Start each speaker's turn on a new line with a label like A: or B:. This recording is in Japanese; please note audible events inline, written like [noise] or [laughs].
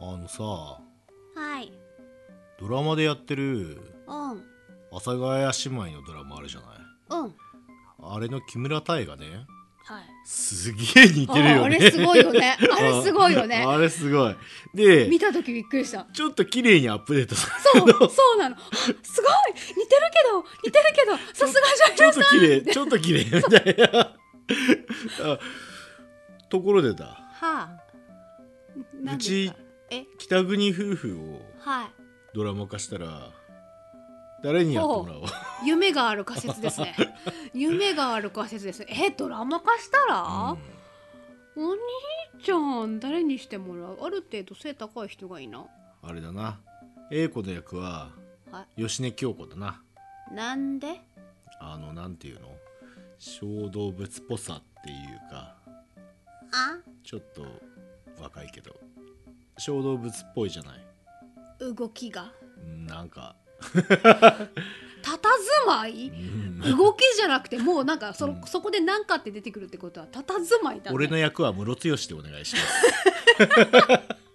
A: あのさ
B: はい
A: ドラマでやってる
B: うん
A: 阿佐ヶ谷姉妹のドラマあるじゃない
B: うん
A: あれの木村多江がね
B: はい
A: すげえ似てるよね
C: ああれすごい
A: [laughs]
C: よね
A: あ
C: あれすごいよね
A: あれすごいで
C: 見た時びっくり
A: [laughs]
C: した
A: ちょっと綺麗にアップデートさ
C: [laughs] そうそうなのあすごい似てるけど似てるけどさすがじ
A: ちょ
C: ゃ
A: っと綺麗ちょっと綺麗みたいなあところでだ
B: は
C: な
A: うん
C: で
A: ち
C: すか
B: え
A: 北国夫婦を
B: あはい
A: ドラマ化したら誰にやってもらおう
C: 夢がある仮説ですね
A: [laughs]
C: 夢がある仮説ですねえドラマ化したら、お兄ちゃん誰にしてもらうある程度背高い人がいいな
A: うんあれだな A 子の役は
C: は
A: 芳根京子だな
B: なんで
A: あのなんていうの小動物っぽさっていうか
B: あ
A: ちょっと若いけど小動物っぽいじゃない
C: 動きが
A: うんなんか、
C: 佇まい
A: うん
C: 動き [laughs] じゃなくてもうなんかそ,、
A: うん
C: そこで何かって出てくるってことは佇まいだね
A: 俺の役はムロツヨシでお願いします